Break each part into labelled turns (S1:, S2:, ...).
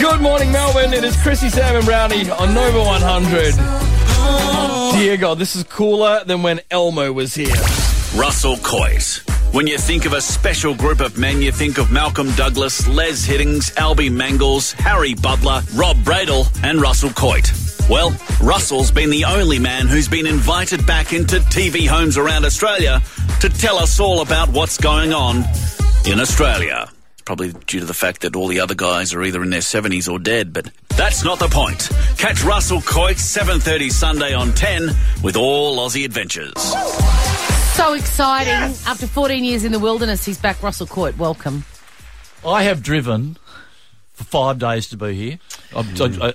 S1: Good morning, Melbourne. It is Chrissy, Sam, and Brownie on Nova 100. Dear God, this is cooler than when Elmo was here.
S2: Russell Coys. When you think of a special group of men, you think of Malcolm Douglas, Les Hiddings, Albie Mangles, Harry Butler, Rob Bradle, and Russell Coit. Well, Russell's been the only man who's been invited back into TV homes around Australia to tell us all about what's going on in Australia. It's Probably due to the fact that all the other guys are either in their 70s or dead, but that's not the point. Catch Russell Coit 7:30 Sunday on 10 with all Aussie adventures.
S3: So exciting. After 14 years in the wilderness, he's back. Russell Court, welcome.
S4: I have driven for five days to be here. I,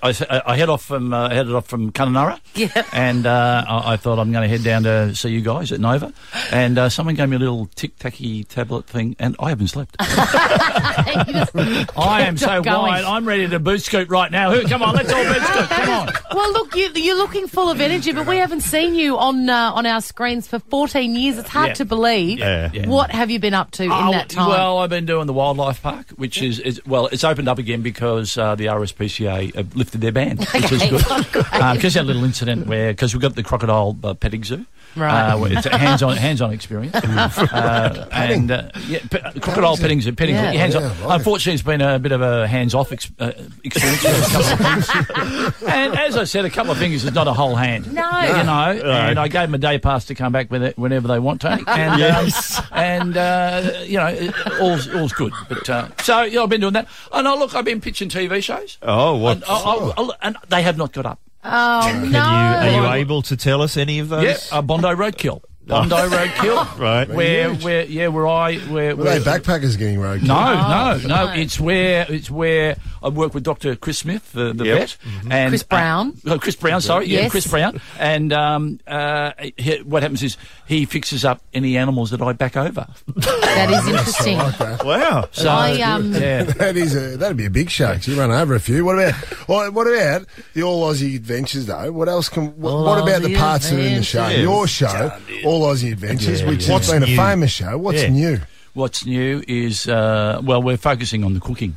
S4: I, I- I head off from uh, headed off from Kununurra,
S3: Yeah.
S4: and uh, I, I thought I'm going to head down to see you guys at Nova, and uh, someone gave me a little tic tacky tablet thing, and I haven't slept. I am so
S3: Kept on going.
S4: wired. I'm ready to boot scoop right now. Who- Come on, let's all boot scoop. Come on.
S3: well, look, you, you're looking full of energy, but we haven't seen you on uh, on our screens for 14 years. It's hard
S4: Yeah.
S3: to believe.
S5: Yeah. Yeah.
S3: What have you been up to in
S4: Oh,
S3: that time?
S4: Well, I've been doing the wildlife park, which is, is well, it's opened up again because uh, the RSPCA have lifted their ban, which is
S3: Okay.
S4: good. Because that little incident where because we've got the crocodile uh, petting zoo.
S3: Right.
S4: Uh, where it's a hands-on, hands-on experience, uh, and uh, yeah, pe- crocodile petting zoo, petting
S3: Yeah.
S4: zoo, hands-on.
S5: Yeah, right.
S4: Unfortunately, it's been a bit of a hands-off ex- uh, experience. for a couple of things. and as I said, a couple of fingers is not a whole hand.
S3: No.
S4: you know. And I gave them a day pass to come back with it whenever they want, Tony. And, yes. and uh, you know, it- all's, all's good. But uh, so yeah, I've been doing that. And I look, I've been pitching TV shows.
S5: Oh, what?
S4: And, uh, I, I, I- and they have not got up.
S3: oh, no.
S5: Can you, are you able to tell us any of those?
S4: Yeah, uh, Bondi Roadkill. Bondi Roadkill.
S5: Right.
S4: Where, where, yeah, where I, where,
S6: Were
S4: where
S6: they backpackers getting roadkill?
S3: Oh,
S4: No, no, no. It's where it's where I work with Dr. Chris Smith, the, the
S5: Yep.
S4: vet, and
S3: Chris Brown.
S4: Uh, oh, Chris Brown, sorry, yeah,
S3: Yes.
S4: Chris Brown. And um, uh, he, what happens is he fixes up any animals that I back over.
S3: That is interesting.
S5: Wow.
S4: So
S3: I, um,
S4: yeah.
S6: That is a, that'd be a big shakes. You run over a few. What about well, what about the All Aussie Adventures though? What else can? wh-
S3: All
S6: what about the
S3: Aussie
S6: parts that are in the show?
S3: Adventures.
S6: Your show, All Aussie Adventures,
S5: Yeah,
S6: which
S5: yeah.
S6: has been
S5: What's
S6: a
S5: new?
S6: famous show. What's
S5: Yeah.
S6: new?
S4: What's new is uh, well, we're focusing on the cooking.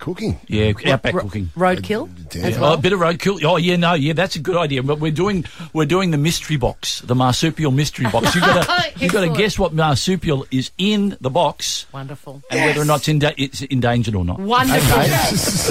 S6: Cooking.
S4: Yeah, outback
S3: Ro-
S4: cooking.
S3: Roadkill
S6: Yeah.
S3: as
S4: Oh,
S3: well.
S4: a bit of roadkill. Oh, yeah, no, yeah, that's a good idea. But we're doing we're doing the mystery box, the marsupial mystery box. You gotta you gotta
S3: Excellent.
S4: guess what marsupial is in the box.
S3: Wonderful.
S4: and whether or not it's, in da- it's endangered or not.
S3: Wonderful.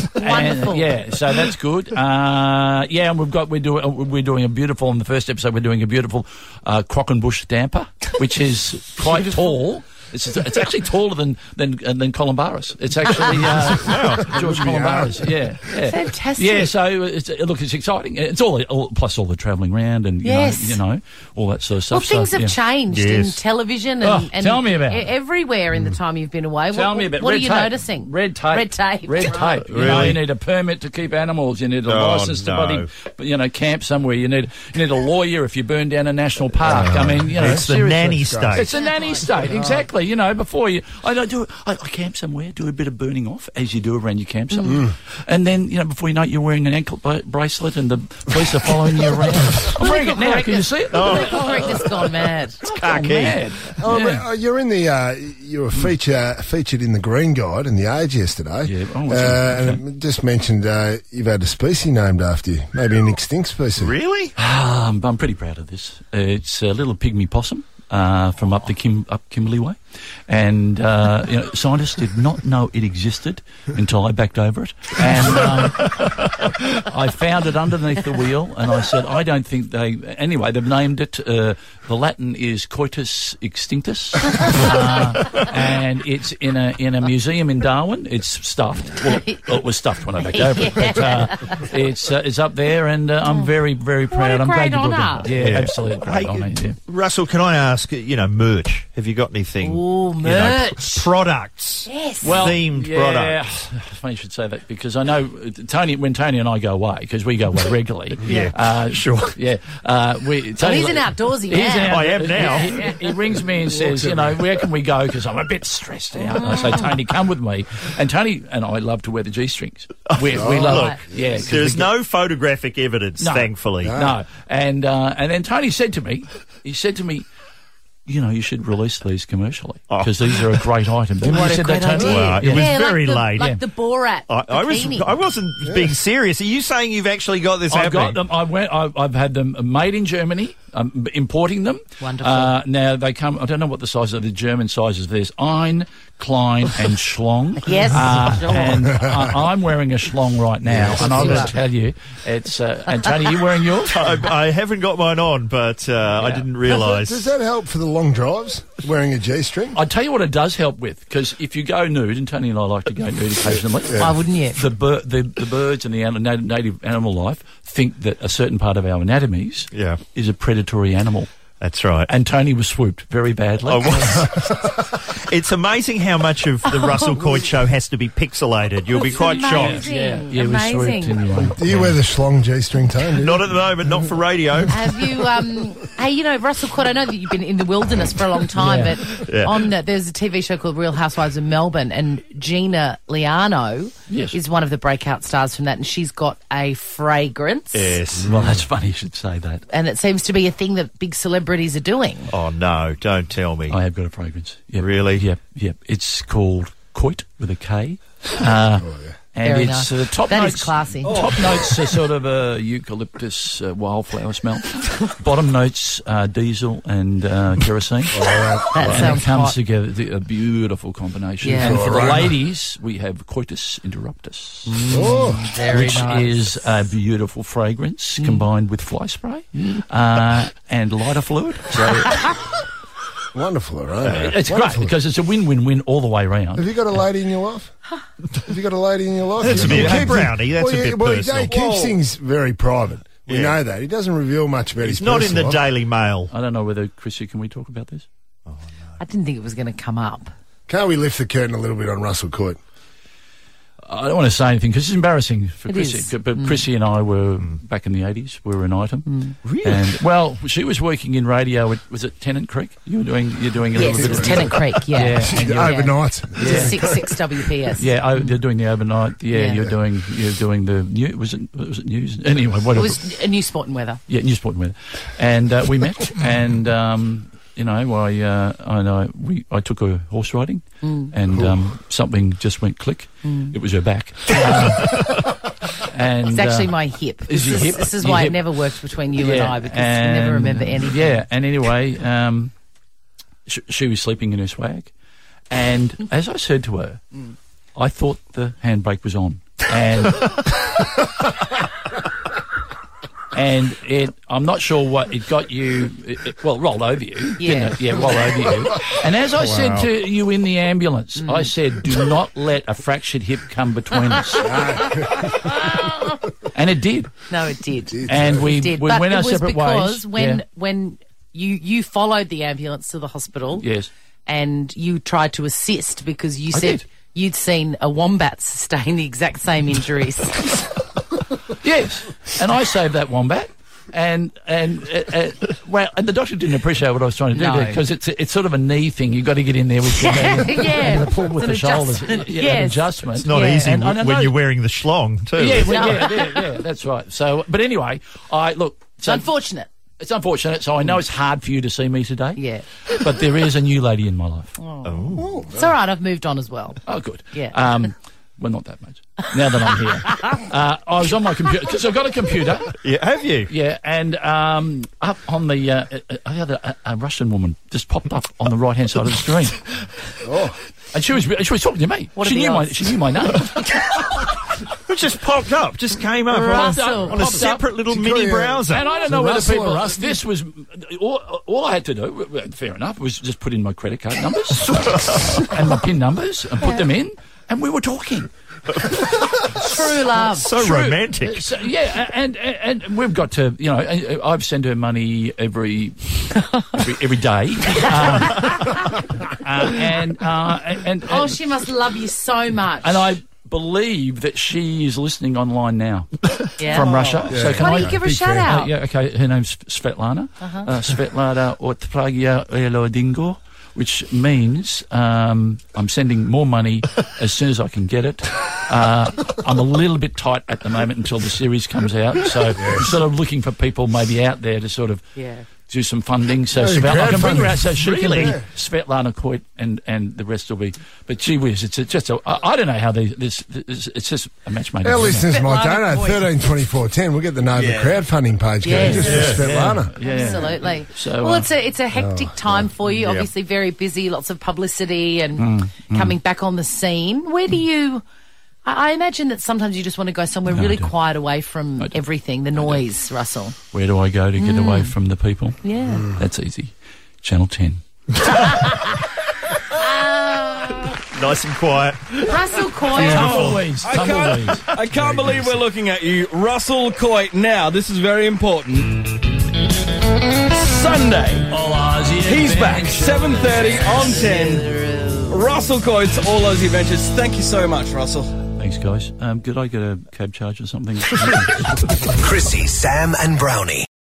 S4: And,
S3: Wonderful.
S4: yeah, so that's good. Uh, yeah, and we've got we're doing we're doing a beautiful in the first episode. We're doing a beautiful uh, crock and bush damper, which is quite tall. It's, it's actually taller than than uh, than Columbaris. It's actually uh, George Columbaris. Yeah, yeah,
S3: Fantastic.
S4: Yeah, so it's, uh, look, it's exciting. It's all, all plus all the travelling round and you,
S3: Yes.
S4: know, you know all that sort of
S3: Well,
S4: stuff. So,
S3: things have
S4: yeah.
S3: changed in
S5: Yes.
S3: television and,
S4: Oh,
S3: and
S4: tell me about
S3: e-
S4: it. Mm.
S3: everywhere in the time you've been away.
S4: Tell
S3: what,
S4: me about
S3: what
S4: red
S3: are you
S4: tape.
S3: noticing?
S4: Red tape.
S3: Red tape.
S4: Red tape. You, know,
S5: Really?
S4: you need a permit to keep animals. You need a
S5: Oh,
S4: license
S5: no.
S4: to bloody, you know, camp somewhere. You need you need a lawyer if you burn down a national park. I mean, you know,
S5: Oh. it's the
S4: seriously.
S5: nanny state.
S4: It's a
S3: Oh,
S4: nanny state, exactly. You know, before you, I don't do, I, I camp somewhere, do a bit of burning off as you do around your campsite,
S5: Mm.
S4: and then you know, before you know it, you're wearing an ankle bra- bracelet, and the police are following you around. I'm wearing it now. Can you see it?
S5: Oh,
S3: Political correctness gone mad.
S4: Gone mad.
S6: Oh,
S4: Yeah.
S6: but, uh, you're in the uh, you were feature featured in the Green Guide in the Age yesterday.
S4: Yeah, oh,
S6: uh,
S4: that's right,
S6: and it just mentioned uh, you've had a species named after you, maybe an extinct species.
S5: Really?
S4: Um, I'm pretty proud of this. It's a little pygmy possum uh, from up the Kim, up Kimberley way, and uh, you know, scientists did not know it existed until I backed over it, and um, I found it underneath the wheel, and I said, I don't think they. Anyway, they've named it. Uh, the Latin is Coitus extinctus, uh, and it's in a in a museum in Darwin. It's stuffed. Well, it, it was stuffed when I backed over it, but uh, it's uh, it's up there, and uh, I'm very very proud.
S3: a
S4: I'm
S3: great
S4: glad you brought
S3: honour.
S4: that. Yeah,
S5: Yeah.
S4: absolutely great
S5: Hey,
S4: honour. Yeah.
S5: Russell, can I ask, you know, merch? Have you got anything?
S3: Ooh,
S5: you know,
S3: merch.
S5: products.
S3: Yes.
S5: themed
S4: yeah, Funny you should say that because I know uh, Tony. When Tony and I go away, because we go away regularly.
S5: Yeah,
S4: uh,
S5: sure.
S4: Yeah, uh, we.
S3: Well,
S4: Tony,
S3: he's an outdoorsy
S4: He's an
S3: man.
S4: out-
S5: I am now.
S4: He, he- he rings me and says, you know, where can we go? Because I'm a bit stressed out. And I say, Tony, come with me. And Tony and I love to wear the g strings. We, we love,
S5: Oh, Look,
S4: yeah. 'cause
S5: There's
S4: we-
S5: no photographic evidence,
S4: No.
S5: thankfully.
S4: no. And uh, and then Tony said to me, he said to me, you know, you should release these commercially
S5: Oh.
S4: because these are a great item.
S7: You might have said
S3: Great
S7: that totally.
S3: idea.
S5: Well, it was
S3: Yeah,
S5: very
S3: like the,
S5: late.
S3: Like
S5: Yeah.
S3: the Borat.
S5: I, I was
S3: bikini.
S5: I wasn't being serious. Are you saying you've actually got this
S4: I've
S5: happening?
S4: got them. I went. I, I've had them made in Germany. I'm b- importing them.
S3: Wonderful.
S4: Uh, now they come. I don't know what the size of the German sizes. There's Ein, Klein, and Schlong.
S3: Yes,
S4: Uh,
S3: sure.
S4: and I, I'm wearing a Schlong right now,
S6: Yes,
S4: and I'm
S6: you
S4: going
S6: are.
S4: to tell you, it's. Uh, and Tony, you wearing yours?
S5: I, I haven't got mine on, but uh, I didn't realise.
S6: Does that help for the long drives? Wearing a G-string?
S4: I tell you what, it does help with because if you go nude, and Tony and I like to go nude occasionally. uh,
S3: Why wouldn't you?
S4: the, bir- the the birds and the an- nat- native animal life think that a certain part of our anatomies
S5: Yeah.
S4: is a predatory animal.
S5: That's right.
S4: And Tony was swooped very badly.
S5: I was. it's amazing how much of the Russell Coit show has to be pixelated. You'll be
S3: It's
S5: quite shocked.
S3: amazing.
S4: yeah, yeah, we swooped
S3: Amazing.
S4: anyway.
S6: Do you wear the schlong G-string, Tone? do you?
S5: Not at the moment, not for radio.
S3: Have you, um, hey, you know, Russell Court, I know that you've been in the wilderness for a long time,
S4: Yeah.
S3: but
S5: Yeah.
S3: on the, there's a TV show called Real Housewives of Melbourne, and Gina Liano
S4: Yes.
S3: is one of the breakout stars from that, and she's got a fragrance.
S5: Yes.
S4: Well, that's funny you should say that.
S3: And it seems to be a thing that big celebrities are doing.
S5: Oh no! Don't tell me.
S4: I have got a fragrance. Yep.
S5: Really?
S4: Yep, yep. It's called Coit with a K. Uh,
S5: Oh,
S4: And
S3: Very
S4: it's
S3: nice.
S4: uh, the top
S3: That is
S4: notes.
S3: classy.
S4: Top notes are sort of a eucalyptus uh, wildflower smell. Bottom notes are diesel and uh, kerosene.
S5: Oh,
S3: That
S4: and
S3: sounds
S4: it comes
S3: hot.
S4: together the, a beautiful combination.
S3: Yeah.
S4: And for the
S6: Aroma.
S4: ladies, we have Coitus interruptus,
S6: Oh,
S3: Very
S4: which
S3: nice.
S4: is a beautiful fragrance combined with fly spray uh, and lighter fluid. So
S6: wonderful aroma.
S4: it's great
S6: Wonderful.
S4: because it's a win-win-win all the way
S6: Have
S4: round.
S6: you got a lady in your life? Have you got a lady in your life?
S5: That's a
S6: You
S5: bit-
S6: keep
S5: hey, Brownie, that's
S6: well,
S5: a
S6: yeah,
S5: bit
S6: well,
S5: personal.
S6: He keeps
S5: Whoa.
S6: things very private. We
S5: Yeah.
S6: know that. He doesn't reveal much about
S5: It's
S6: his
S5: not in
S6: personal
S5: the
S6: life.
S5: Daily Mail.
S4: I don't know whether Chrissy, can we talk about this?
S3: I didn't think it was going to come up.
S6: Can't we lift the curtain a little bit on Russell Coit?
S4: I don't want to say anything because it's embarrassing for
S3: It
S4: Chrissy.
S3: is. Mm.
S4: c- But Chrissy and I were back in the eighties. We were an item. Really? And well, she was working in radio. At, was it Tennant Creek? You were doing. You're doing a
S3: Yes,
S4: little
S3: it
S4: bit
S3: was
S4: of
S3: Tennant Creek, yeah.
S4: Yeah.
S3: And you're-
S6: Overnight.
S3: It's a 66 WPS.
S4: Yeah, oh, they're doing the overnight. Yeah,
S3: Yeah.
S4: you're doing you're doing the new. Was it was it news? Anyway, whatever.
S3: It was a new sport and weather.
S4: yeah, news point weather. And uh, we met, and um, you know, I uh, and I we I took her horse riding,
S3: Mm.
S4: and um, something just went click. It was her back. Uh, and
S3: It's actually
S4: uh,
S3: my hip.
S4: is
S3: This
S4: your
S3: is,
S4: hip-
S3: This is
S4: your
S3: why
S4: hip-
S3: it never worked between you and I because you
S4: and-
S3: never remember anything.
S4: Yeah, and anyway, um, sh- she was sleeping in her swag, and as I said to her, I thought the handbrake was on, and and it. I'm not sure what it got you. It, it- well, rolled over you. didn't
S3: Yeah.
S4: it? yeah, rolled over you. And as I said to you in the ambulance,
S3: Mm.
S4: I said, "Do not let a fractured hip come between us." and it did,
S3: No, it did. It
S4: and we
S3: did.
S4: we
S3: but
S4: went
S3: it
S4: our
S3: was
S4: separate
S3: because
S4: ways.
S3: when
S4: Yeah.
S3: when you you followed the ambulance to the hospital,
S4: Yes.
S3: and you tried to assist because you
S4: I
S3: said
S4: did.
S3: you'd seen a wombat sustain the exact same injuries.
S4: Yes, and I saved that wombat. And and uh, uh, well, and the doctor didn't appreciate what I was trying to
S3: No.
S4: do because it's it's sort of a knee thing. You've got to get in there with your knee and,
S3: Yeah.
S4: and the pull with the
S3: It's an
S4: shoulders.
S3: adjustment.
S4: Yeah, an
S3: Yes.
S4: adjustment.
S5: It's not
S3: Yeah.
S5: easy
S4: And I
S5: w-
S4: know-
S5: when you're wearing the schlong too.
S4: Yeah, well,
S3: No.
S4: yeah, yeah, yeah, that's right. So, but anyway, I look.
S3: it's
S4: So
S3: unfortunate.
S4: it's unfortunate. So I know it's hard for you to see me today.
S3: Yeah.
S4: but there is a new lady in my life.
S3: It's all right. I've moved on as well.
S4: Oh, good.
S3: Yeah.
S4: Um, well, not that much. Now that I'm here, uh, I was on my computer because I've got a computer.
S5: Yeah, have you?
S4: Yeah, and um, up on the, uh, uh, I had a, a Russian woman just popped up on the right hand side of the screen,
S6: Oh,
S4: and she was she was talking to me.
S3: What are
S4: she
S3: the
S4: knew my
S3: odds?
S4: she knew my name.
S5: It just popped up, just came up on,
S3: Russell.
S5: on a
S4: Popped up.
S5: separate little
S6: She
S5: mini
S6: got you.
S5: browser.
S4: And I don't know whether
S6: Russell
S4: people.
S6: or Rusty?
S4: This was all, all I had to do. well, Fair enough, was just put in my credit card numbers and my pin numbers and put them in, and we were talking.
S3: True love.
S5: so
S4: True.
S5: romantic.
S4: So, yeah, a- and, and and we've got to, you know, I- I've sent her money every every, every day, um, uh, and, uh, and and
S3: oh, she must love you so much.
S4: and I believe that she is listening online now
S3: Yeah.
S4: from Russia. So can
S3: Why don't
S4: I
S3: you give her a
S4: be
S3: shout
S4: fair?
S3: out?
S4: Uh, yeah, okay. Her name's Svetlana. Uh-huh. Uh, Svetlana Otpragia Elodingo. Which means um, I'm sending more money as soon as I can get it. Uh, I'm a little bit tight at the moment until the series comes out, so I'm sort of looking for people maybe out there to sort of
S3: Yeah.
S4: do some funding. So
S6: Yeah,
S4: Svetlana, I can bring her
S6: crowdfunding.
S4: out so she
S5: Really?
S4: can be Svetlana Coit and, and the rest will be. But gee whiz, it's a, just a, I, I don't know how they, this, this, it's just a match made. in
S6: Our
S4: heaven.
S6: listeners might don't know.
S5: Svetlana Coit.
S6: 13, 24, 10. We'll get the name
S2: Yeah.
S6: of the crowdfunding page going
S3: Yes.
S6: just
S5: Yeah.
S6: for Svetlana.
S4: Yeah.
S3: Absolutely.
S4: So,
S3: well,
S4: uh,
S3: it's a it's a hectic time for you. Obviously, very busy, lots of publicity, and
S4: Mm,
S3: coming back on the scene. Where do you? I, I imagine that sometimes you just want to go somewhere really
S4: don't.
S3: quiet, away from
S4: don't.
S3: everything, the noise, Russell.
S4: Where do I go to get away from the people?
S3: Yeah.
S4: That's easy. Channel 10.
S5: Nice and quiet.
S3: Russell Coyle.
S4: Tumbleweeds.
S1: I can't,
S4: Tumbleweeds.
S1: I can't believe we're looking at you. Russell Coit now. This is very important. Sunday. He's back. 7.30 on 10. Russell Coit's All Aussie Adventures. Thank you so much, Russell.
S4: Thanks, guys. Um, could I get a cab charge or something?
S7: Chrissy, Sam, and Brownie.